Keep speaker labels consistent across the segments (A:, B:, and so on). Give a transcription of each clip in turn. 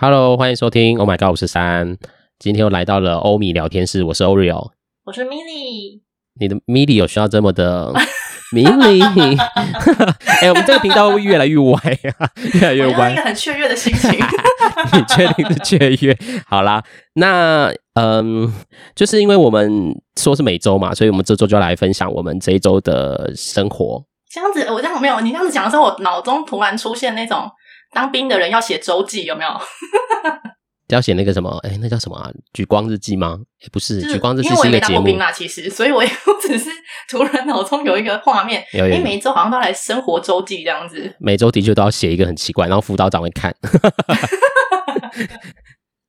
A: Hello，欢迎收听。Oh my god，我是三，今天又来到了欧米聊天室，我是 Oreo。
B: 我是 Milly，
A: 你的 m i l i 有需要这么 的迷你？ 哎、我们这个频道会不会越来越歪啊？ 越来越
B: 我用一
A: 歪
B: 个。很雀跃的 心情。
A: 你确定是雀 跃？好啦，那嗯，就是因为我们说是每周嘛，所以我们这周就来分享我们这一周的生活。
B: 这样子，我这样没有你这样子讲的时候，我脑中突然出现那种当兵的人要写周记，有没有？
A: 要写那个什么，哎、那叫什么啊？举光日记吗？哎、不是，
B: 就是
A: 举光日记
B: 因为我
A: 是
B: 也
A: 一个
B: 没当
A: 节
B: 过
A: 目。
B: 兵啊啦，其实，所以我也我 只是突然脑中有一个画面，
A: 有有
B: 哎，
A: 有
B: 每周好像都要来生活周记这样子。
A: 每周的确都要写一个很奇怪，然后辅导长会看，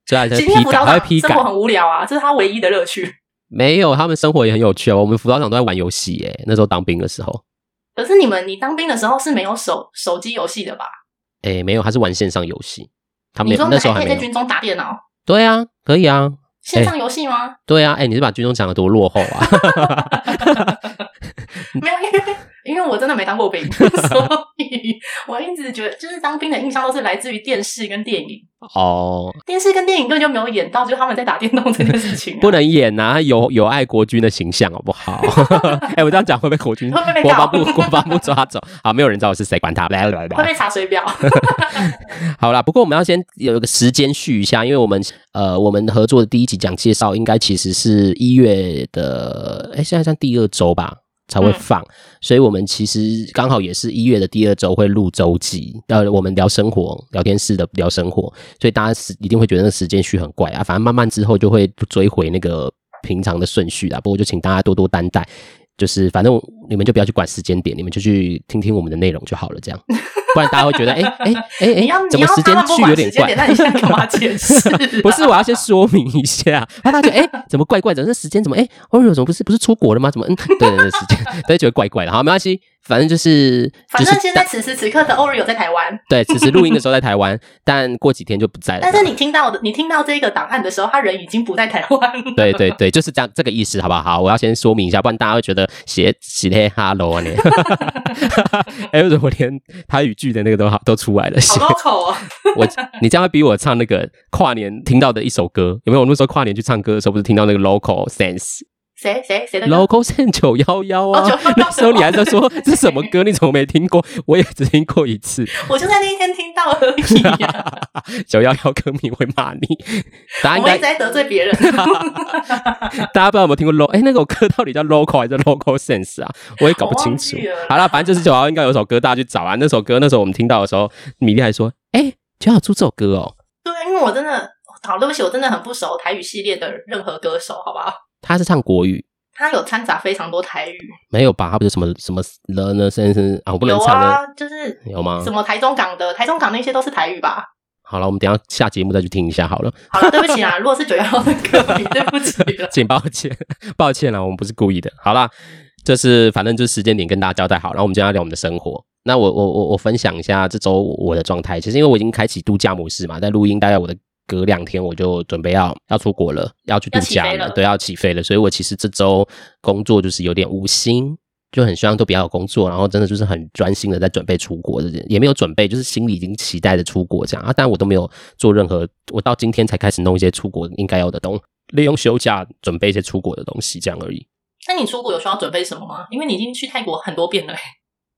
A: 所以还在
B: 今
A: 批
B: 天辅
A: 改，
B: 导
A: 还会
B: 长
A: 批
B: 生
A: 改
B: 活。很无聊啊，这是他唯一的乐趣。
A: 没有，他们生活也很有趣哦。我们辅导长都在玩游戏耶，那时候当兵的时候，
B: 可是你们，你当兵的时候是没有手手机游戏的吧？
A: 哎，没有，他是玩线上游戏，他没
B: 你
A: 有
B: 说
A: 那时候
B: 还
A: 还
B: 可以
A: 没有。
B: 在军中打电脑，
A: 对啊，可以啊，
B: 线上游戏吗？
A: 对啊，哎，你是把军中讲的多落后 啊？
B: 没有，因为 因为我真的没当 过兵，所以我一直觉得，就是当兵的印象都是来自于电视跟电影。
A: 哦，
B: 电视跟电影根本就没有演到，就是他们在打电动这件事情、啊。
A: 不能演啊，有有爱国军的形象好不 好？哎，我这样讲会被国军、
B: 会不会被
A: 国
B: 告
A: 防部、国防部抓走？好，没有人知道我是谁，管 他。来来来来
B: 会被查水表。
A: 哎好啦，不过我们要先有一个时间序一下，因为我们呃，我们合作的第一集讲介绍，应该其实是一月的，哎，现在算第二周吧才
B: 嗯
A: 会放，所以我们其实刚好也是一月的第二周会录周记，呃，我们聊生活，聊天室的聊生活，所以大家是一定会觉得那个时间序很怪啊，反正慢慢之后就会追回那个平常的顺序啦。不过就请大家多多担待。就是，反正你们就不要去管时间点，你们就去听听我们的内容就好了，这样，不然大家会觉得，哎哎哎
B: 你要
A: 哎，怎么时
B: 你
A: 间
B: 要他们不
A: 序
B: 管
A: 有点
B: 时间
A: 怪
B: 点，？那你现在干嘛解释、
A: 不是，我要先说明一下，怕大家觉得哎、怎么怪怪的？这时间怎么哎，哦、怎么不是不是出国了吗？怎么嗯， 对对对，时间大家觉得怪怪的。好，没关系，反正就是
B: 反
A: 就是
B: 正现在此时此刻的 Oreo 在台湾，
A: 对，只是录音的时候在台湾， 但过几天就不在了。
B: 但是你听到的，你听到这个档案的时候，他人已经不在台 湾。
A: 对对对，就是这样这个意思，好不好？好，我要先说明一下，不然大家会觉得写写嘿哈喽啊你。 哎、为什么连台语剧的那个都好都出来了？
B: 好 local 哦，
A: 我你这样会逼我唱那个跨年听到的一首歌，有没有？我那时候跨年去唱歌的时候，不是听到那个 local sense。
B: 谁谁谁的歌？
A: Local 线九幺幺啊
B: 哦911，
A: 那时候你还在说
B: 对
A: 这什么歌，你怎么没听过？我也只听过一 次。
B: 我就在那一天听到而已、啊。
A: 九幺幺歌迷会骂你，大家
B: 我
A: 啊应该
B: 们一直在得罪别人。
A: 大家不知道有没有听过 Lo？哎，那首歌到底叫 Local 还是 Local Sense 啊？我也搞不清楚
B: 我忘记了。
A: 好啦，反正就是九幺应该有首歌，大家去找啊。那首歌那时候我们听到的时候，米莉还说：“哎，九幺出这首歌哦。
B: 对，啊因为我真的，好，对不起，我真的很不熟台语系列的任何歌手，好不好？”
A: 他是唱国语，
B: 他有掺杂非常多台语，没
A: 没有吧？他不是什么什么了呢先生啊，我不能
B: 有
A: 唱
B: 啊
A: 的，，
B: 就是
A: 有吗
B: 什？么台中港的，台中港那些都是台语吧？
A: 好了，我们等一下下节目再去听一下好了。
B: 好了，对不起啊，如果是九幺幺的歌迷，对不起 了。
A: 请抱歉，抱歉了，我们不是故意的。好啦，这是反正就是时间点跟大家交代好，然后我们今天要聊我们的生活。那我我我我分享一下这周我的状态，其实因为我已经开启度假模式嘛，在录音大概我的隔两天我就准备要要出国了，要去度
B: 要
A: 假
B: 起飞了
A: 对，要起飞了，所以我其实这周工作就是有点无心。就很希望都不要有工作，然后真的就是很专心的在准备出国的，也没有准备，就是心里已经期待着出国这样啊。但我都没有做任何，我到今天才开始弄一些出国应该有的东，利用休假准备一些出国的东西这样而已。
B: 那你出国有需要准备什么吗？因为你已经去泰国很多遍了、欸，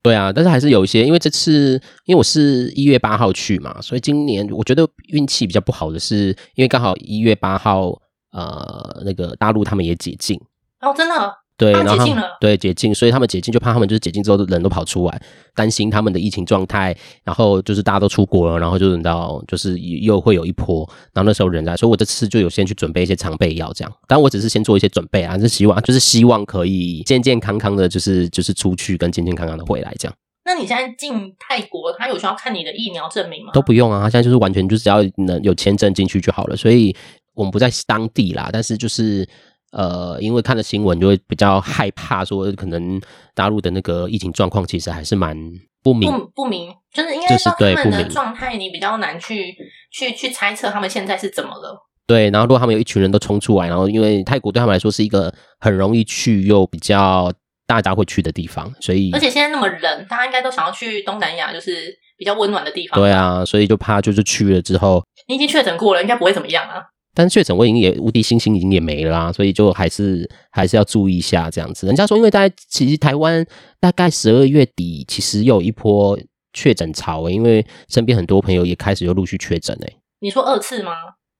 A: 对啊，但是还是有一些，因为这次因为我是一月八号去嘛，所以今年我觉得运气比较不好的是，因为刚好一月八号呃那个大陆他们也解禁，
B: 然、哦后真的
A: 对，
B: 他们
A: 然后
B: 啊解
A: 他
B: 禁
A: 们
B: 了
A: 对解禁，所以他们解禁就怕他们就是解禁之后人都跑出来，担心他们的疫情状态，然后就是大家都出国了，然后就等到就是又会有一波，然后那时候人来，所以我这次就有先去准备一些常备药这样，但我只是先做一些准备啊，就是希望就是希望可以健健康康的，就是就是出去跟健健康康的回来这样。
B: 那你现在进泰国，他有需要看你的疫苗证明吗？
A: 都不用啊，他现在就是完全就只要能有签证进去就好了。所以我们不在当地啦，但是就是呃，因为看了新闻就会比较害怕，说可能大陆的那个疫情状况其实还是蛮不明。
B: 不不明，就是应
A: 就
B: 该
A: 是
B: 说他
A: 对
B: 们
A: 不
B: 的
A: 明
B: 状态，你比较难去去去猜测他们现在是怎么了。
A: 对，然后如果他们有一群人都冲出来，然后因为泰国对他们来说是一个很容易去又比较大家会去的地方，所以
B: 而且现在那么冷，大家应该都想要去东南亚，就是比较温暖的地方。
A: 对啊，所以就怕就是去了之后
B: 你已经确诊过了，应该不会怎么样啊。
A: 但是确诊我已经也无敌星星已经也没了啊，所以就还是还是要注意一下这样子。人家说，因为大家其实台湾大概十二月底其实有一波确诊潮、欸，因为身边很多朋友也开始又陆续确诊诶、欸
B: 你说二次吗？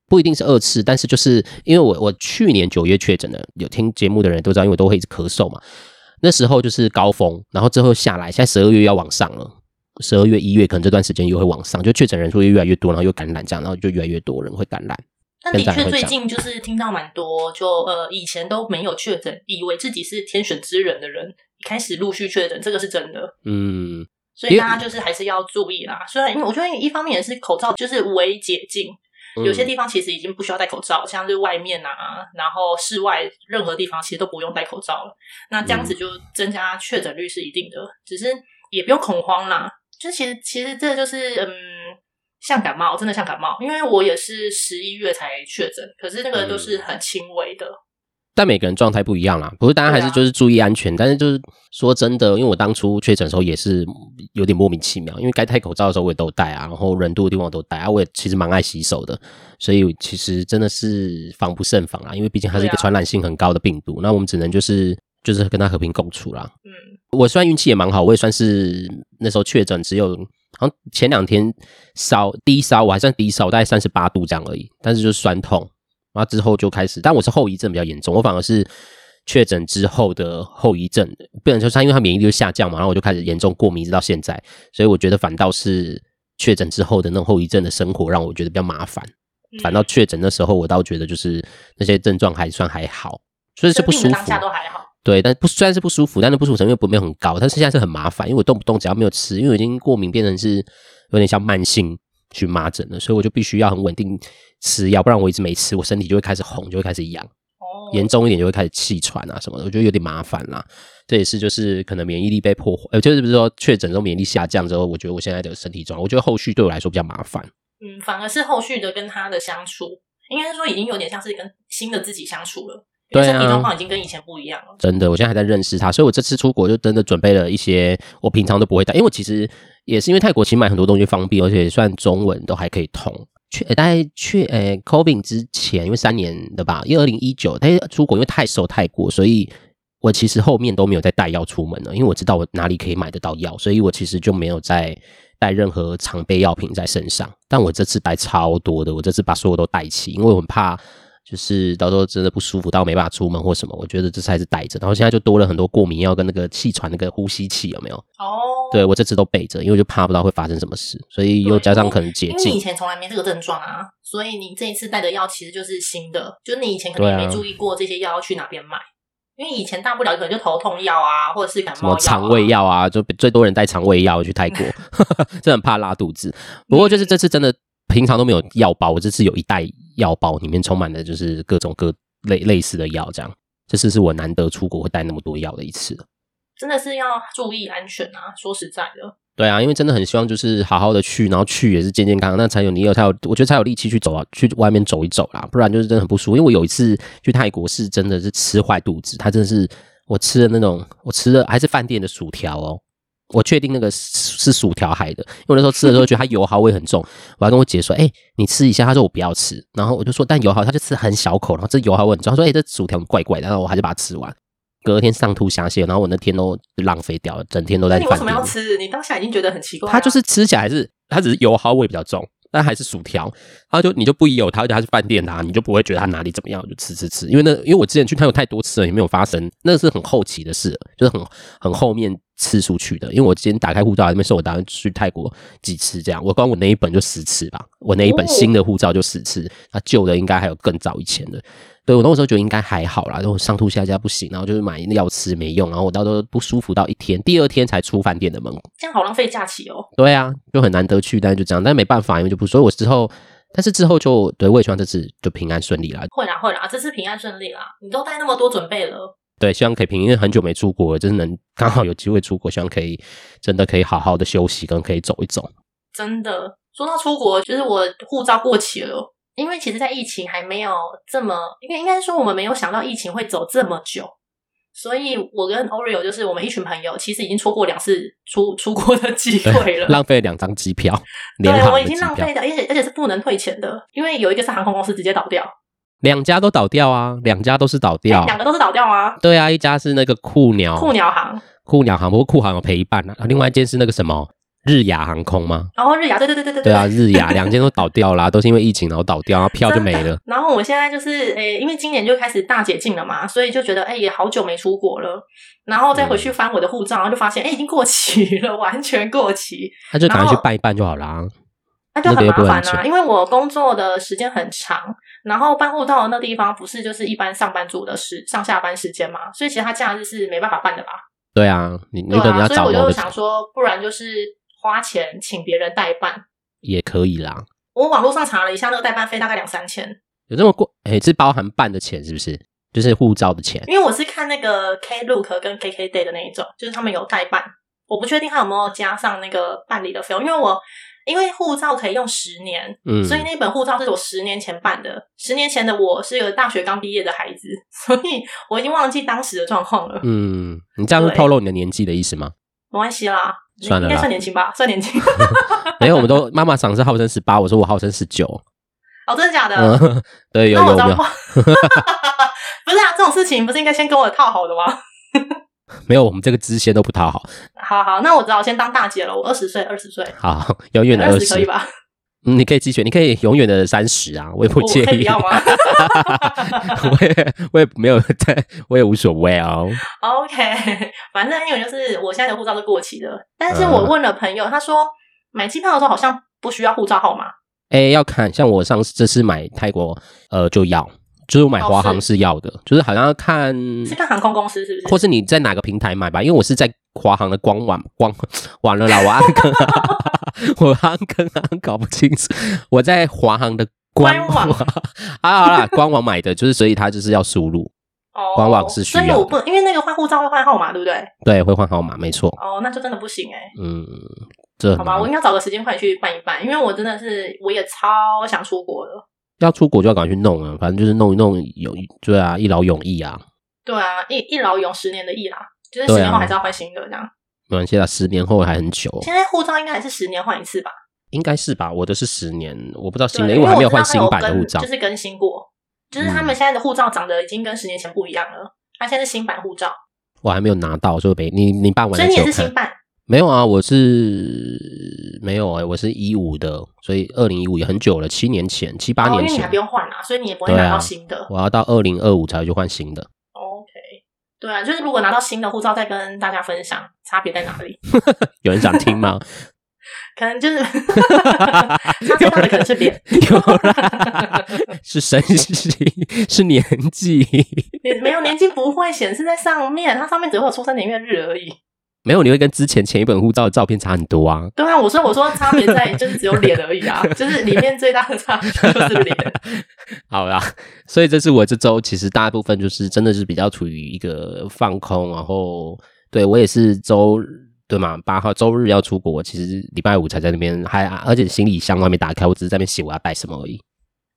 A: 不一定是二次，但是就是因为我我去年九月确诊的，有听节目的人都知道，因为我都会一直咳嗽嘛。那时候就是高峰，然后之后下来，现在十二月要往上了，十二月一月可能这段时间又会往上，就确诊人数又越来越多，然后又感染这样，然后就越来越多人会感染。
B: 但的
A: 跟长
B: 确，
A: 辈
B: 最
A: 讲
B: 近就是听到蛮多，就呃以前都没有确诊，以为自己是天选之人的人，开始陆续确诊，这个是真的。
A: 嗯，
B: 所以
A: 因为
B: 大家就是还是要注意啦。虽然因为我觉得一方面也是口罩就是微解禁，
A: 嗯
B: 有些地方其实已经不需要戴口罩，像是外面啊，然后室外任何地方其实都不用戴口罩了。那这
A: 嗯
B: 样子就增加确诊率是一定的，只是也不用恐慌啦。就其实其实这就是嗯，像感冒，真的像感冒，因为我也是十一月才确诊，可是那个都是很轻微的。
A: 但每个人状态不一样啦，不是大家还
B: 对
A: 是
B: 啊
A: 就是注意安全，但是就是说真的，因为我当初确诊的时候也是有点莫名其妙，因为该戴口罩的时候我也都戴啊，然后人多的地方我都戴啊，我也其实蛮爱洗手的，所以其实真的是防不胜防啦，因为毕竟它是一个
B: 对啊
A: 传染性很高的病毒，那我们只能就是就是跟它和平共处啦。
B: 嗯，
A: 我虽然运气也蛮好，我也算是那时候确诊只有好像前两天烧低烧，我还算低烧，大概三十八度这样而已，但是就是酸痛，然后之后就开始，但我是后遗症比较严重，我反而是确诊之后的后遗症，不能说它因为它免疫力就下降嘛，然后我就开始严重过敏，一直到现在，所以我觉得反倒是确诊之后的那种后遗症的生活让我觉得比较麻烦，
B: 嗯
A: 反倒确诊的时候我倒觉得就是那些症状还算还好，所以是
B: 生
A: 不
B: 病
A: 舒
B: 的
A: 服
B: 当。下都还好。
A: 对，但不虽然是不舒服，但是不舒服程度不没有很高，但是现在是很麻烦，因为我动不动只要没有吃，因为我已经过敏变成是有点像慢性荨麻疹了，所以我就必须要很稳定吃药，不然我一直没吃，我身体就会开始红，就会开始痒，
B: 哦，
A: 严重一点就会开始气喘啊什么的，我觉得有点麻烦啦。这也是就是可能免疫力被破坏，呃，就是比如说确诊之后免疫力下降之后，我觉得我现在的身体状况，我觉得后续对我来说比较麻烦。
B: 嗯，反而是后续的跟他的相处，应该说已经有点像是跟新的自己相处了，因为
A: 对啊
B: 身体状况已经跟以前不一样了。
A: 真的，我现在还在认识他，所以我这次出国就真的准备了一些我平常都不会带，因为我其实也是因为泰国其实买很多东西方便，而且算中文都还可以通。去呃大概去呃 COVID 之前，因为三年的吧，因为二零一九，但是出国因为太熟泰国，所以我其实后面都没有再带药出门了，因为我知道我哪里可以买得到药，所以我其实就没有再带任何常备药品在身上。但我这次带超多的，我这次把所有都带齐，因为我很怕就是到时候真的不舒服到没办法出门或什么，我觉得这次还是带着。然后现在就多了很多过敏药跟那个气喘那个呼吸器，有没有？
B: 哦，
A: 对我这次都备着，因为我就怕不知道会发生什么事，所以又加上可能解
B: 因为你以
A: 禁，
B: 前从来没这个症状啊，所以你这一次带的药其实就是新的，就是你以前可能
A: 对
B: 也
A: 啊
B: 没注意过这些药要去哪边买，因为以前大不了可能就头痛药啊，或者是感
A: 什
B: 冒药、
A: 么
B: 啊、
A: 肠胃药啊，就最多人带肠胃药去泰国， 真的很怕拉肚子。不过就是这次真的平常都没有药包，我这次有一袋药包，里面充满了就是各种各类类似的药，这样这次是我难得出国会带那么多药的一次。
B: 真的是要注意安全啊！说实在的，
A: 对啊，因为真的很希望就是好好的去，然后去也是健健康康，那才有你有才有，我觉得才有力气去走啊，去外面走一走啦，不然就是真的很不舒服。因为我有一次去泰国是真的是吃坏肚子，它真的是我吃的那种，我吃的还是饭店的薯条哦，我确定那个是是薯条海的，因为我那时候吃的时候觉得它油耗味很重，我还跟我姐说，哎、你吃一下，她说我不要吃，然后我就说但油耗，她就吃很小口，然后这油耗味很重，她说哎、这薯条怪怪的，然后我还是把它吃完。隔天上吐下泻，然后我那天都浪费掉了，整天都在
B: 那你为
A: 饭
B: 什
A: 店
B: 么
A: 里。
B: 要吃？你当下已经觉得很奇怪、啊，
A: 它就是吃起来还是它只是油耗味比较重，但还是薯条，然后就你就不疑有它，而且它是饭店的、啊，你就不会觉得它哪里怎么样，就吃吃吃。因为那因为我之前去泰国太多次了，也没有发生，那是很后期的事了，就是很很后面次数去的。因为我今天打开护照，那边说我打算去泰国几次这样，我光我那一本就十次吧，我那一本
B: 哦
A: 新的护照就十次，那旧的应该还有更早以前的。对我那时候觉得应该还好啦，然后上吐下泻不行，然后就是买药吃没用，然后我到时候不舒服到一天，第二天才出饭店的门口
B: 这样好浪费假期哦。
A: 对啊，就很难得去，但是就这样，但没办法，因为就不，所以我之后，但是之后就对，我也希望这次就平安顺利啦。
B: 会啦会啦，这次平安顺利啦，你都带那么多准备了，
A: 对，希望可以平，因为很久没出国了，就是能刚好有机会出国，希望可以真的可以好好的休息，跟可以走一走。
B: 真的，说到出国，就是我护照过期了，因为其实，在疫情还没有这么，因为应该说我们没有想到疫情会走这么久。所以我跟 Oreo 就是我们一群朋友，其实已经错过两次出出国的机会了。
A: 浪费了两张机票，
B: 对
A: 联，航
B: 我已
A: 的
B: 经
A: 机
B: 浪
A: 票
B: 费掉，而且而且是不能退钱的，因为有一个是航空公司直接倒掉，
A: 两家都倒掉啊，两家都是倒掉
B: 哎。两个都是倒掉啊。
A: 对啊，一家是那个酷鸟，
B: 酷鸟航，
A: 酷鸟航，不过酷航有陪伴啊。另外一间是那个什么日亚航空吗？
B: 然后日亚，对对对对对
A: 对啊，日亚两间都倒掉啦，都是因为疫情然后倒掉，然后票就没了。
B: 然后我现在就是诶、因为今年就开始大解禁了嘛，所以就觉得诶、也好久没出国了。然后再回
A: 嗯
B: 去翻我的护照，然后就发现诶、已经过期了， 完全过期，
A: 他就赶快
B: 然
A: 去
B: 后
A: 办一办就好啦。
B: 那就很
A: 那个也
B: 麻
A: 不能
B: 烦
A: 吃
B: 啊。因为我工作的时间很长，然后办护照的那地方不是就是一般上班族的时上下班时间嘛，所以其实他假日是没办法办的吧？
A: 对啊，你
B: 对
A: 如果你
B: 啊，
A: 要
B: 所以
A: 找
B: 我
A: 某
B: 就
A: 个
B: 想说，不然就是花钱请别人代办。
A: 也可以啦，
B: 我网络上查了一下，那个代办费大概两三千，
A: 有这么贵？哎，是包含办的钱是不是？就是护照的钱，
B: 因为我是看那个 Klook 跟 KKday 的那一种，就是他们有代办，我不确定他有没有加上那个办理的费用，因为我因为护照可以用十年，
A: 嗯，
B: 所以那本护照是我十年前办的。十年前的我是个大学刚毕业的孩子，所以我已经忘记当时的状况了。
A: 嗯，你这样是
B: 对
A: 透露你的年纪的意思吗？
B: 没关系啦，
A: 算了啦嗯
B: 应该算年轻吧，算年轻。
A: 没有，我们 都妈妈嗓是号称十八，我说我号称十九。
B: 哦，真的假的？
A: 嗯， 对，有
B: 那我
A: 有
B: 糟
A: 有
B: 糕，。 不是啊，这种事情不是应该先跟我套好的吗？
A: 没有，我们这个支线都不讨好。
B: 好好，那我只好先当大姐了。我二十岁，二十岁，
A: 好，永远的二
B: 二可以
A: 十，
B: 吧？
A: 嗯你可以继续，你可以永远的三十啊，我也不
B: 我
A: 介
B: 可以不
A: 意。
B: 要吗
A: 我也我也没有在，我也无所谓哦。
B: ？OK，反 正因为就是我现在的护照是过期的，但
A: 嗯
B: 是我问了朋友，他说买机票的时候好像不需要护照号码。
A: 哎，要看，像我上次这次买泰国，呃，就要，就是我买
B: 哦
A: 华航
B: 是
A: 是要的，就是好像要看，
B: 是看航空公司是不
A: 或
B: 是？
A: 是你在哪个平台买吧，因为我是在华航的官网官完了啦，我安坑、 我安坑安搞不清楚，我在华航的官
B: 官网
A: 啊，好啦，官网买的，就是所以它就是要输入，
B: 哦
A: 官网是需要
B: 所
A: 的
B: 以我不因为那个换护照会换号码，对不对？
A: 对，会换号码，没错，
B: 哦，那就真的不行哎、
A: 嗯，这很
B: 好吧，
A: 麻
B: 我
A: 烦
B: 应该找个时间快去办一办，因为我真的是我也超想出国了。
A: 要出国就要赶快去弄啊，反正就是弄一弄有对啊，一劳永逸啊，
B: 对啊，一一劳永十年的逸啦，就是
A: 对啊
B: 十年后还是要换新的这样。
A: 没关系啦，十年后还很久，
B: 现在护照应该还是十年换一次吧？
A: 应该是吧？我的是十年，我不知道新
B: 对，
A: 的，
B: 因
A: 因为我还没有
B: 知道
A: 换
B: 它
A: 新
B: 有
A: 版的
B: 更
A: 护照嗯
B: 就。是更新过，就是他们现在的护照长得已经跟十年前不一样了。它现在是新版护照，
A: 我还没有拿到，所以没你你办完
B: 所以
A: 了
B: 你也
A: 就有
B: 是
A: 看
B: 新。版。
A: 没有啊，我是没有哎、我是一五的，所以二零一五也很久了，七年前，七八
B: 哦，因
A: 年
B: 为你
A: 前
B: 还不，用换啦，所以你也不会
A: 对
B: 拿
A: 啊
B: 到新的。
A: 我要到二零二五才会去换新的。
B: OK，对啊，就是如果拿到新的护照，再跟大家分享差别在哪里。
A: 有人想听 吗？
B: 可能就是 差最大的可能是脸，
A: 有啦，是身形，是年纪。
B: 你没有年纪不会显示在上面，它上面只会有出生年月日而已。
A: 没有，你会跟之前前一本护照的照片差很多啊。
B: 对啊，我说我说差别 在就是只有脸而已啊，就是里面最大的差别就是脸。
A: 好啦， 所以这是我这周其实大部分就是真的是比较处于一个放空，然后对我也是周对嘛八号周日要出国，其实礼拜五才在那边，还啊而且行李箱都还没打开，我只是在那边写我要带什么而已。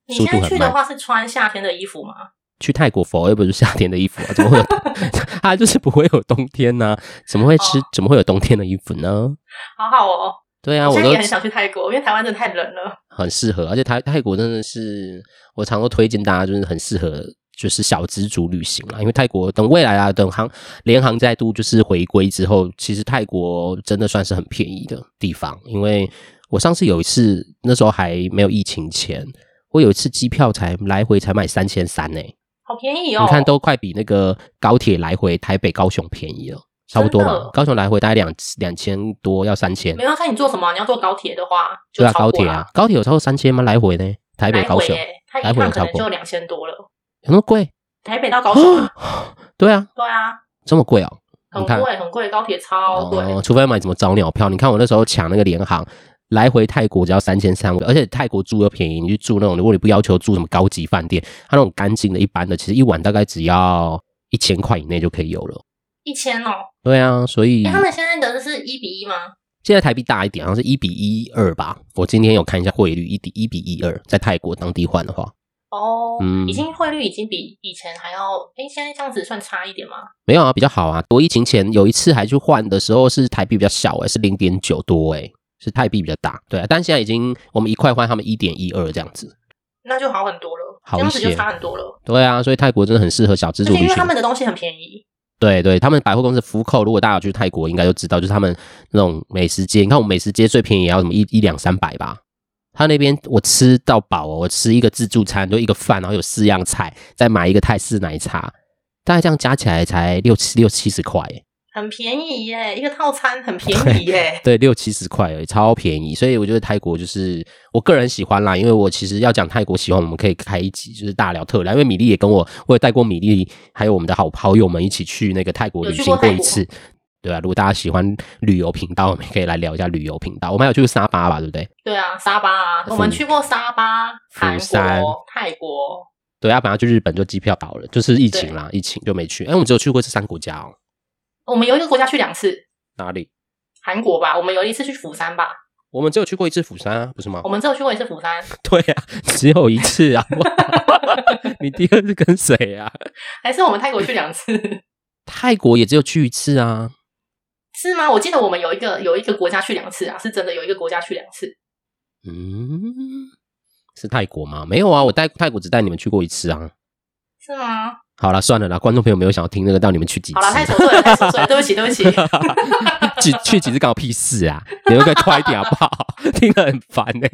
B: 你
A: 速
B: 现
A: 度很慢
B: 在去的话是穿夏天的衣服吗？
A: 去泰国佛又不是夏天的衣服啊，怎么会有？ 它就是不会有冬天呢、怎么会
B: 哦
A: 吃？怎么会有冬天的衣服呢？
B: 好好哦，
A: 对啊，
B: 我
A: 我
B: 现在
A: 都
B: 也很想去泰国，因为台湾真的太冷了。
A: 很适合，而且泰泰国真的是我常都推荐大家，就是很适合就是小资族旅行啦。因为泰国等未来啊，等航联航再度就是回归之后，其实泰国真的算是很便宜的地方。因为我上次有一次，那时候还没有疫情前，我有一次机票才来回才买三千三呢，
B: 好便宜哦！
A: 你看都快比那个高铁来回台北高雄便宜了。差不多
B: 真
A: 嘛
B: 的，
A: 高雄来回大概两两千多，要三千
B: 没。有看你坐什么，你要坐高铁的话就
A: 对啊，
B: 超
A: 高
B: 过
A: 铁
B: 了
A: 啊，，高铁有超过三千吗？来回呢？台北
B: 来
A: 高
B: 回
A: 雄
B: 耶，它一
A: 来回有
B: 趟可
A: 超
B: 能
A: 过
B: 就两千多了，
A: 有那么贵？
B: 台北到高雄啊，
A: 对啊，
B: 对啊，
A: 这么贵哦、
B: 很
A: 你看
B: 贵很贵，高铁超贵。
A: 哦，除非买什么早鸟票。你看我那时候抢那个联航，来回泰国只要三千三，而且泰国住又便宜，你去住那种，如果你不要求住什么高级饭店，它那种干净的、一般的，其实一晚大概只要一千块以内就可以有了。
B: 一千哦，
A: 对啊，所以
B: 哎，他们现在的是一比一吗？
A: 现在台币大一点，好像是一比一二吧。我今天有看一下汇率，一比一比一二，在泰国当地换的话，
B: 哦，
A: 嗯
B: 已经汇率已经比以前还要，哎，现在这样子算差一点吗？
A: 没有啊，比较好啊。我疫情前有一次还去换的时候是台币比较小诶、欸是零点九多诶、是泰币比较大。对啊，但现在已经我们一块换他们一点一二这样子。
B: 那就好很多了，
A: 好
B: 这样子就
A: 一些
B: 差很多了。
A: 对啊，所以泰国真的很适合小资
B: 而
A: 族
B: 且
A: 旅
B: 因为
A: 行
B: 他。们的东西很便宜，
A: 对对，他们百货公司福扣，如果大家有去泰国应该都知道，就是他们那种美食街，你看我们美食街最便宜也要什么一一两三百吧。他那边我吃到饱哦，我吃一个自助餐，就一个饭，然后有四样菜，再买一个泰式奶茶，大概这样加起来才六七六七十块欸耶。
B: 很便宜耶，一个套餐很便宜耶。
A: 对，六七十块而已，超便宜。所以我觉得泰国就是我个人喜欢啦，因为我其实要讲泰国喜欢，我们可以开一集就是大聊特聊。因为米粒也跟我，我也带过米粒，还有我们的好好友们一起去那个泰国
B: 有
A: 旅
B: 去
A: 行
B: 过泰
A: 过一
B: 国
A: 次。对啊，如果大家喜欢旅游频道，我们可以来聊一下旅游频道。我们还有去过沙巴吧，对不对？
B: 对啊，沙巴 啊，
A: 釜
B: 我们去过沙巴、韩
A: 釜山
B: 国、泰国，
A: 对啊，本来去日本就机票倒了，就是疫情啦，疫情就没去。哎，我们只有去过这三国家哦，
B: 我们有一个国家去两次，
A: 哪里？
B: 韩国吧，我们有一次去釜山吧，
A: 我们只有去过一次釜山啊，不是吗
B: 我？们只有去过一次釜山，
A: 对啊，只有一次啊！ 你第二次跟谁啊？
B: 还是我们泰国去两次？
A: 泰国也只有去一次啊。
B: 是吗？我记得我们有一个有一个国家去两次啊，是真的有一个国家去两次。
A: 嗯，是泰国吗？没有啊，我带泰国只带你们去过一次啊。
B: 是吗？
A: 好了，算了啦，观众朋友没有想要听那个，到你们去几次？
B: 好了，太琐碎了，太琐碎了，对不起，对不起。
A: 去去几次搞屁事啊！你们可以快一点好不好？ 听得很烦呢、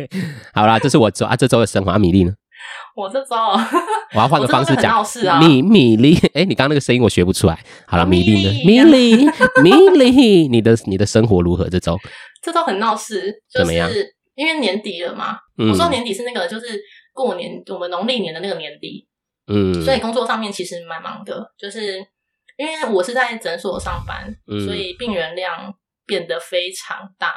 A: 好啦，这是我周啊，这周的生活。啊、米粒呢？
B: 我这哦周
A: 我要换个方式
B: 我真的很
A: 讲。
B: 闹事啊
A: 米米粒，哎、你刚刚那个声音我学不出来。好了，
B: 啊
A: 米粒呢？
B: 米
A: 米
B: 粒
A: 粒，米粒，你的你的生活如何？这周？
B: 这周很闹事，就
A: 怎么样
B: 是因为年底了嘛。
A: 嗯
B: 我说年底是那个就是过年，我们农历年的那个年底，
A: 嗯，
B: 所以工作上面其实蛮忙的，就是因为我是在诊所上班，
A: 嗯
B: 所以病人量变得非常大，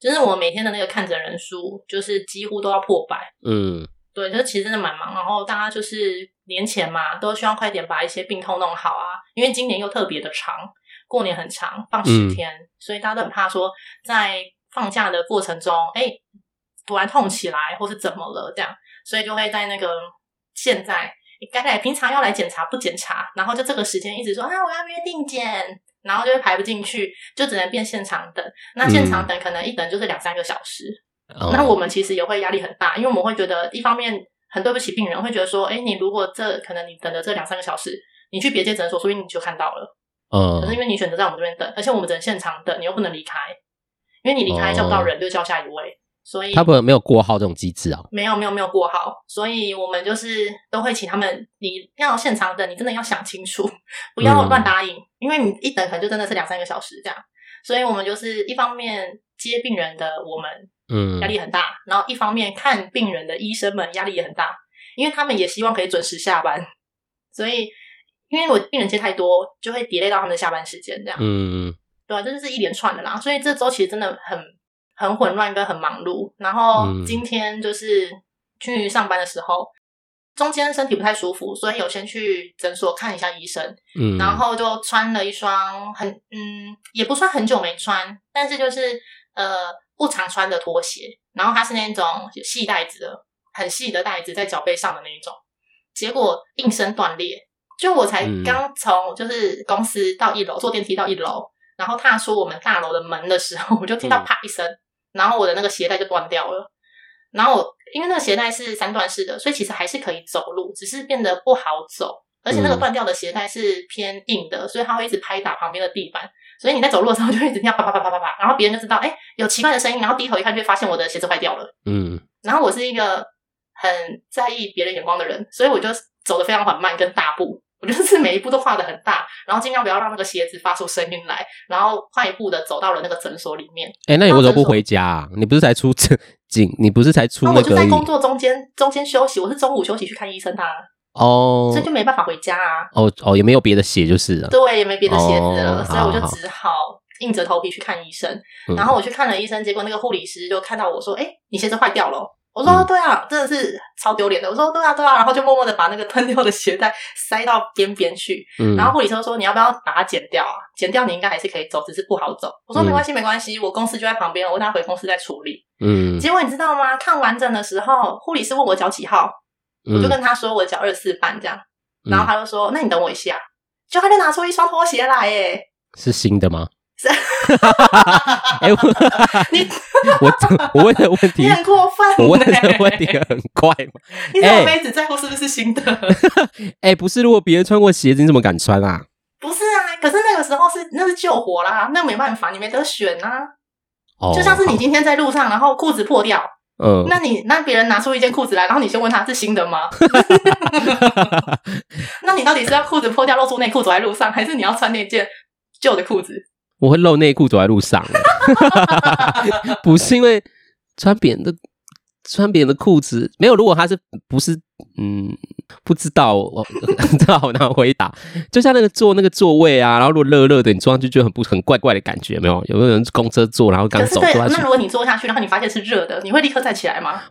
B: 就是我每天的那个看诊人数，就是几乎都要破百。
A: 嗯
B: 对，就是其实真的蛮忙，然后大家就是年前嘛，都希望快点把一些病痛弄好啊，因为今年又特别的长，过年很长，放十
A: 嗯
B: 天，所以大家都很怕说在放假的过程中，哎，突然痛起来或是怎么了这样，所以就会在那个现在该来平常要来检查不检查，然后就这个时间一直说啊我要约定检，然后就会排不进去，就只能变现场等，那现场
A: 嗯
B: 等可能一等就是两三个小时，
A: 哦
B: 那我们其实也会压力很大，因为我们会觉得一方面很对不起病人，会觉得说，哎，你如果这可能你等了这两三个小时，你去别间诊所，说不定你就看到了。可是
A: 嗯
B: 因为你选择在我们这边等，而且我们只能现场等，你又不能离开，因为你离开
A: 哦
B: 叫不到人，就叫下一位，所以
A: 他不没有过号这种机制哦。
B: 没有没有没有过好，所以我们就是都会请他们，你要现场等，你真的要想清楚，
A: 嗯
B: 不要乱答应，因为你一等可能就真的是两三个小时这样。所以我们就是一方面接病人的我们
A: 嗯
B: 压力很大，然后一方面看病人的医生们压力也很大，因为他们也希望可以准时下班，所以因为我病人接太多，就会 delay 到他们的下班时间，这样、
A: 嗯
B: 对啊，这就是一连串的啦，所以这周其实真的很很混乱跟很忙碌。然后
A: 嗯
B: 今天就是去上班的时候，中间身体不太舒服，所以有先去诊所看一下医生，
A: 嗯，
B: 然后就穿了一双很嗯，也不算很久没穿，但是就是呃不常穿的拖鞋，然后它是那种细带子的，很细的带子在脚背上的那一种，结果应声断裂。就我才
A: 嗯
B: 刚从就是公司到一楼，坐电梯到一楼，然后踏出我们大楼的门的时候，我就听到
A: 嗯
B: 啪一声，然后我的那个鞋带就断掉了。然后我因为那个鞋带是三段式的，所以其实还是可以走路，只是变得不好走。而且那个
A: 嗯
B: 断掉的鞋带是偏硬的，所以它会一直拍打旁边的地板，所以你在走路的时候就会一直听到啪啪啪啪啪啪，然后别人就知道哎有奇怪的声音，然后低头一看就会发现我的鞋子坏掉了。
A: 嗯
B: 然后我是一个很在意别人眼光的人，所以我就走得非常缓慢跟大步，我就是每一步都跨得很大，然后尽量不要让那个鞋子发出声音来，然后快步的走到了那个诊所里面。
A: 哎、那你为什么不回家、啊？你不是才出这警？你不是才出
B: 那
A: 那
B: 哦我就
A: 个
B: 在
A: 而已
B: 工作中间中间休息，我是中午休息去看医生的、啊，
A: 哦
B: 所以就没办法回家啊。
A: 哦哦，也没有别的写就是了。
B: 对，也没别的鞋子了，
A: 哦
B: 所以我就
A: 好好
B: 只好硬着头皮去看医生。
A: 嗯
B: 然后我去看了医生，结果那个护理师就看到我说：“哎、你鞋子坏掉了。”我说
A: 嗯
B: 对啊，真的是超丢脸的。我说对啊，对啊，然后就默默的把那个断掉的鞋带塞到边边去。
A: 嗯，
B: 然后护理师说：“你要不要把它剪掉啊？剪掉你应该还是可以走，只是不好走。”我说：“
A: 嗯
B: 没关系，没关系，我公司就在旁边，我等下回公司再处理。”
A: 嗯
B: 结果你知道吗？看完整的时候，护理师问我脚几号，我
A: 嗯
B: 就跟他说我脚二四半这样，然后他就说、那你等我一下，就他就拿出一双拖鞋来耶，
A: 是新的吗？
B: 是
A: 哎、我
B: 你
A: 我我问的问题
B: 你，很过分耶，
A: 我问的问题很怪吗？
B: 你怎
A: 哎
B: 么没只在乎是不是新的？
A: 哎、不是，如果别人穿过鞋子，你怎么敢穿啊？
B: 不是啊，可是那个时候是那是救火 啦，那没办法，你没得选啊。
A: 哦，
B: 就像是你
A: 好，
B: 今天在路上，然后裤子破掉，
A: 嗯，
B: 那你那别人拿出一件裤子来，然后你先问他是新的吗？ 那你到底是要裤子破掉露出内裤走在路上，还是你要穿那件旧的裤子？
A: 我会露内裤走在路上， 不是因为穿别人的穿别人的裤子没有。如果他是不是嗯不知道， 我这好难回答。就像那个坐那个座位啊，然后如果热热的，你坐上去就很不很怪怪的感觉，有没有？有没有人公车坐，然后刚
B: 可是
A: 走
B: 对，
A: 坐下
B: 那
A: 去
B: 如？果你坐下去，然后你发现是热的，你会立刻站起来吗？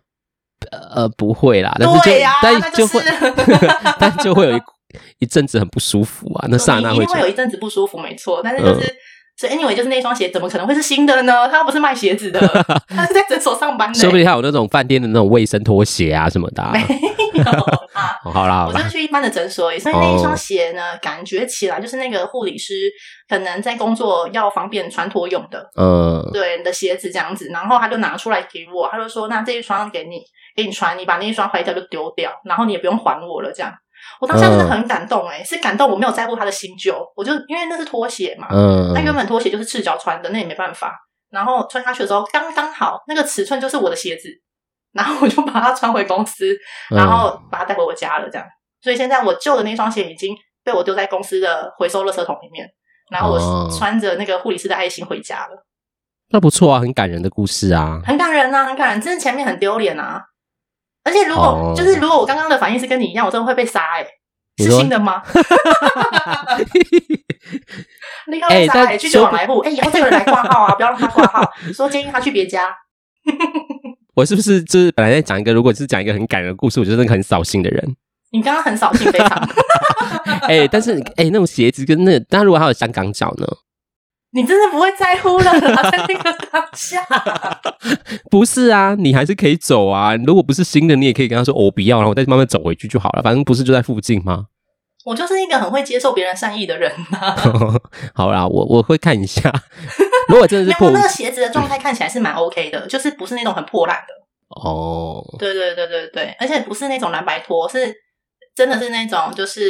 A: 呃，不会啦，但是就、
B: 对呀那
A: 但
B: 就
A: 就是会， 但就会有一一阵子很不舒服啊，那刹那
B: 你一
A: 会嗯
B: 定
A: 觉
B: 会
A: 得
B: 有一阵子不舒服，没错。但是就是，所以 anyway，就是那双鞋怎么可能会是新的呢？他又不是卖鞋 子的，他是在诊所上班的、
A: 说不定他有那种饭店的那种卫生拖鞋啊什么的啊、
B: 没 有啊。
A: 哦好啦，好
B: 我就
A: 啦，
B: 是去一般的诊所而已，所以那一
A: 哦
B: 双鞋呢，感觉起来就是那个护理师可能在工作要方便穿脱用的，
A: 嗯，
B: 对的鞋子这样子。然后他就拿出来给我，他就说：“那这一双给你，给你穿，你把那一双坏掉就丢掉，然后你也不用还我了。”这样，我当下真的
A: 嗯
B: 很感动哎、是感动我没有在乎他的新旧，我就因为那是拖鞋嘛，
A: 嗯，
B: 啊那原本拖鞋就是赤脚穿的，那也没办法。然后穿下去的时候刚刚好，那个尺寸就是我的鞋子，然后我就把它穿回公司，
A: 嗯
B: 然后把它带回我家了，这样。所以现在我旧的那双鞋已经被我丢在公司的回收垃圾桶里面，然后
A: 哦
B: 我穿着那个护理师的爱心回家了，
A: 那不错啊，很感人的故事啊。
B: 很感人啊，很感人。真的前面很丢脸啊，而且如果、
A: 哦
B: 就是如果我刚刚的反应是跟你一样，我真的会被杀哎、
A: 你
B: 是
A: 说
B: 新 的吗？立刻
A: 哎
B: 被杀
A: 但
B: 哎，拒绝往
A: 说不
B: 来户，哎，以后这个人来挂号啊，不要让他挂号，说建议他去别家。
A: 我是不是就是本来在讲一个，如果是讲一个很感人的故事，我就是那个很扫兴的 人。
B: 你刚刚很扫兴，非常。
A: 哎、但是哎、那种鞋子跟那个，但如果还有香港脚呢？
B: 你真的不会在乎了啦，在那个当下，
A: 不是啊，你还是可以走啊。如果不是新的，你也可以跟他说、哦我不要，然后我再慢慢走回去就好了。反正不是就在附近吗？
B: 我就是一个很会接受别人善意的人啊呐、
A: 好啦，我我会看一下。 如果真的
B: 没
A: 是破
B: 有，那个鞋子的状态看起来是蛮 OK 的，就是不是那种很破烂的。
A: 哦，
B: 对对对对对，而且不是那种蓝白拖，是真的是那种就是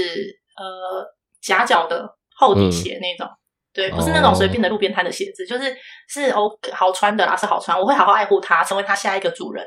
B: 呃夹脚的厚
A: 嗯
B: 底鞋那种。对，不是那种随
A: 哦
B: 便的路边摊的鞋子，就是是 OK 好穿的啦，是好穿。我会好好爱护它，成为它下一个主人。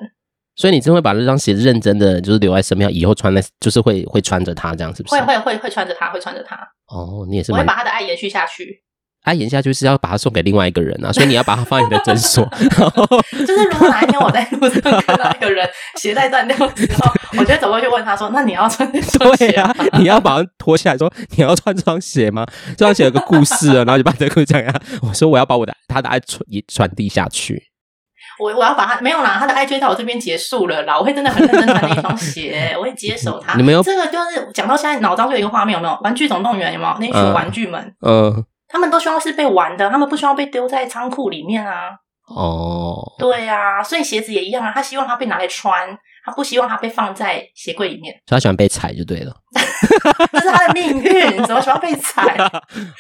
A: 所以你真会把那双鞋子认真的就是留在身边，以后穿在就是会会穿着它这样，是不是？
B: 会会会会穿着它，会穿着它，
A: 哦，你也是
B: 我会
A: 蛮
B: 把它的爱延续下去。
A: 他啊演下去是要把它送给另外一个人啊，所以你要把它放在你的诊 所，然后
B: 就是如果哪一天我在路上看到一个人 鞋带断掉之后，我就走过去问他说：“那你要穿这双
A: 对
B: 鞋吗
A: 啊？”，你要把它脱下来说你要穿这双鞋吗？这双鞋有个故事啊，然后就把这个故事讲给他。我说我要把我的他的爱传也传递下去。
B: 我我要把他没有啦，他的爱追到我这边结束了啦。我会真的很认真穿那双鞋， 我会接手他。
A: 你没有
B: 这个就是讲到现在脑中就有一个画面，有没有？玩具总动员有没有？那群
A: 嗯
B: 玩具们，
A: 嗯，
B: 他们都希望是被玩的，他们不希望被丢在仓库里面啊。
A: 哦，
B: 对啊，所以鞋子也一样啊，他希望他被拿来穿，他不希望他被放在鞋柜里面，
A: 所以他喜欢被踩就对了。
B: 这是他的命运，怎么喜欢被踩？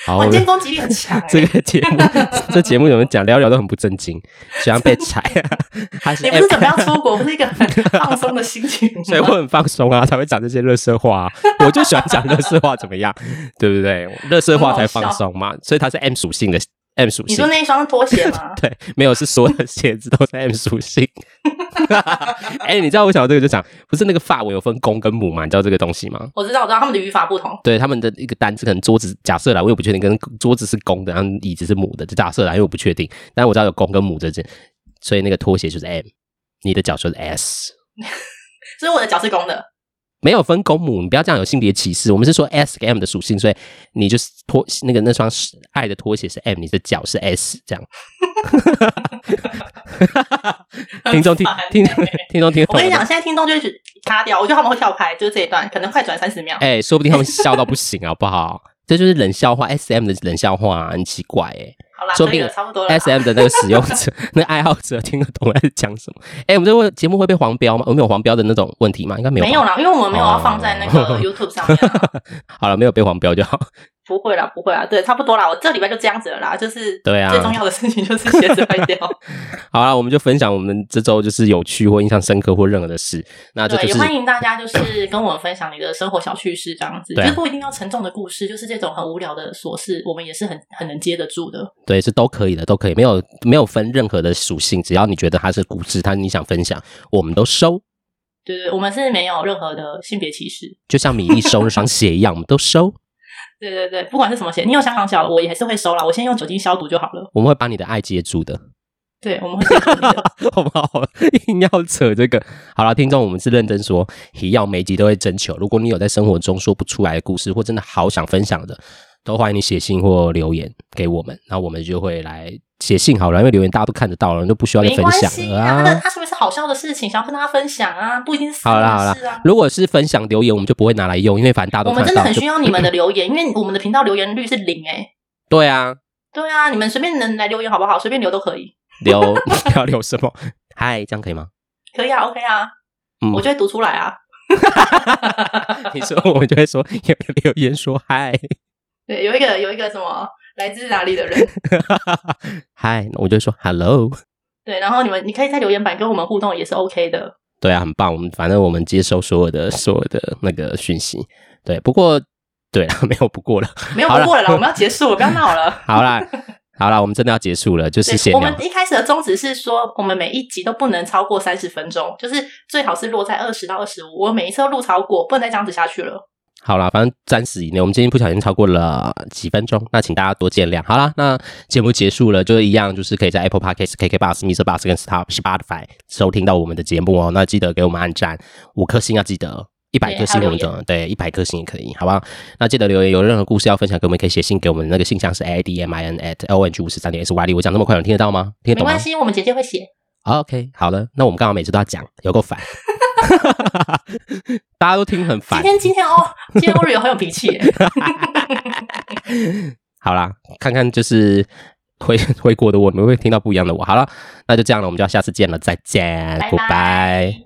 A: 好，
B: 哇，
A: 我
B: 你今
A: 们
B: 天攻击力很强、欸。
A: 这个节目这节目有人讲聊聊都很不正经，喜欢被 踩。他是
B: 你不是准备要出国，不是一个很放松的心情
A: 所以我
B: 吗？
A: 很放松啊，才会讲这些乐色话、啊。我就喜欢讲乐色话，怎么样？对不对？乐色话才放松嘛，所以它是 M 属性的 M 属
B: 你
A: 性？
B: 说。那一双拖鞋吗
A: 对，没有是所有的鞋子都是 M 属性。 哎、你知道我想到这个就想，不是那个发尾有分公跟母嘛？你知道这个东西吗？
B: 我知道，我知道，他们的语法不同。
A: 对，他们的一个单字可能桌子，假设啦，我也不确定，跟桌子是公的，然后椅子是母的，就假设啦，因为我不确定，但我知道有公跟母之间，所以那个拖鞋就是 M，你的脚就是 S。
B: 所以我的脚是公的，
A: 没有分公母，你不要这样有性别歧视。我们是说 S 跟 M 的属性，所以你就是拖那个那双是爱的拖鞋是 M，你的脚是 S，这 样。听众听
B: 很烦欸
A: 听听众 听懂
B: 我跟你
A: 了
B: 讲，
A: 吗？
B: 现在听众就会卡掉，我觉得他们会跳开，就是这一段，可能快转三 十秒。
A: 哎、说不定他们笑到不行，好不好？这就是冷笑话，S M 啊的冷笑话、很奇怪哎、
B: 好啦，
A: 说不
B: 可以
A: 定
B: 了，差不多了啦。
A: S M 的那个使用 者、那爱好者听得懂在讲什么？哎、我们这个节目会被黄标吗？我们有黄标的那种问题吗？应该没有吧。
B: 没有啦，因为我们没有要放在那个
A: 哦
B: YouTube 上面啊、
A: 好了，没有被黄标就好。
B: 不会啦，不会啦，对，差不多啦。我这礼拜就这样子了啦，就是
A: 对啊
B: 最重要的事情就是鞋子坏掉，
A: 好了，我们就分享我们这周就是有趣或印象深刻或任何的事。 那这
B: 对，
A: 就
B: 也
A: 是
B: 欢迎大家就是跟我们分享你的生活小趣事，这样子，
A: 对
B: 就
A: 啊
B: 是不一定要沉重的故事，就是这种很无聊的琐事，我们也是很很能接得住的。
A: 对，是都可以的，都可以，没有没有分任何的属性，只要你觉得它是故事，它你想分享，我们都收，
B: 对对，我们是没有任何的性别歧视。
A: 就像米粒收那双鞋一样，我们都收。对
B: 对对对，不管是什么鞋，你有香港脚，我也还是会收啦。我先用酒精消毒就好了。
A: 我们会把你的爱接住的，
B: 对，我们会接受你的
A: 好不好？硬要扯这个，好了，听众，我们是认真说，一样每集都会征求。如果你有在生活中说不出来的故事，或真的好想分享的，都欢迎你写信或留言给我们，那我们就会来写信好了，因为留言大家都看得到了，就不需要再
B: 没
A: 分
B: 关
A: 享
B: 系
A: 了
B: 啊，那
A: 啊。
B: 他说明是好笑的事情，想要跟大家分享啊，不一定是私
A: 好啦好
B: 人
A: 啦
B: 事啊。
A: 如果是分享留言，我们就不会拿来用，因为反正大家
B: 我
A: 都看
B: 们
A: 得
B: 真
A: 到。
B: 的很
A: 就
B: 需要你 们的留言，因为我们的频道留言率是零哎、
A: 对啊，
B: 对啊，你们随便能来留言好不好？随便留都可以，
A: 留要留什么？嗨，这样可以吗？
B: 可以啊，OK 啊，
A: 嗯
B: 我就会读出来 啊。
A: 你说我们就会说有人留言说嗨
B: 对，有一个有一个什么来自哪里的人，
A: 嗨，那我就会说 hello。
B: 对，然后你们你可以在留言板跟我们互动也是 OK 的。
A: 对啊，很棒。我们反正我们接收所有的所有的那个讯息。对，不过对啊， 没有不过了。
B: 没有
A: 好
B: 不
A: 啦
B: 过了啦，我们 要结束了，不要闹了。
A: 好啦，好啦，我们真的要结束了，就是闲
B: 我
A: 聊
B: 们。一开始的宗旨是说，我们每一集都不能超过三十分钟，就是最好是落在二十到二十五。我每一次都录超过，不能再这样子下去了。
A: 好啦，反正三十以内，我们今天不小心超过了几分钟，那请大家多见谅。好啦，那节目结束了，就是一样，就是可以在 Apple Podcast、KK Bus、Mr. Bus 跟 Stop Spotify 收听到我们的节目哦。那记得给我们按赞五颗星，要啊记得。一百
B: 对
A: 颗星
B: 还
A: 我
B: 有
A: 们总对一百颗星也可以，好不好？那记得留言，有任何故事要分享给我们，可以写信给我们，那个信箱是 i d m i n at l o n g 五十三点 s y d。我讲那么快，能听得到吗？听得
B: 没
A: 懂吗
B: 关？系，我们姐姐会写。
A: 好 OK，好了，那我们刚好每次都要讲，有够烦， 大家都听很
B: 今
A: 烦。
B: 天今天哦，今天欧瑞有很有脾气耶。
A: 好啦，看看就是会 会过的我，你们会听到不一样的我。好了，那就这样了，我们就要下次见了，再见
B: 拜拜
A: ，Goodbye。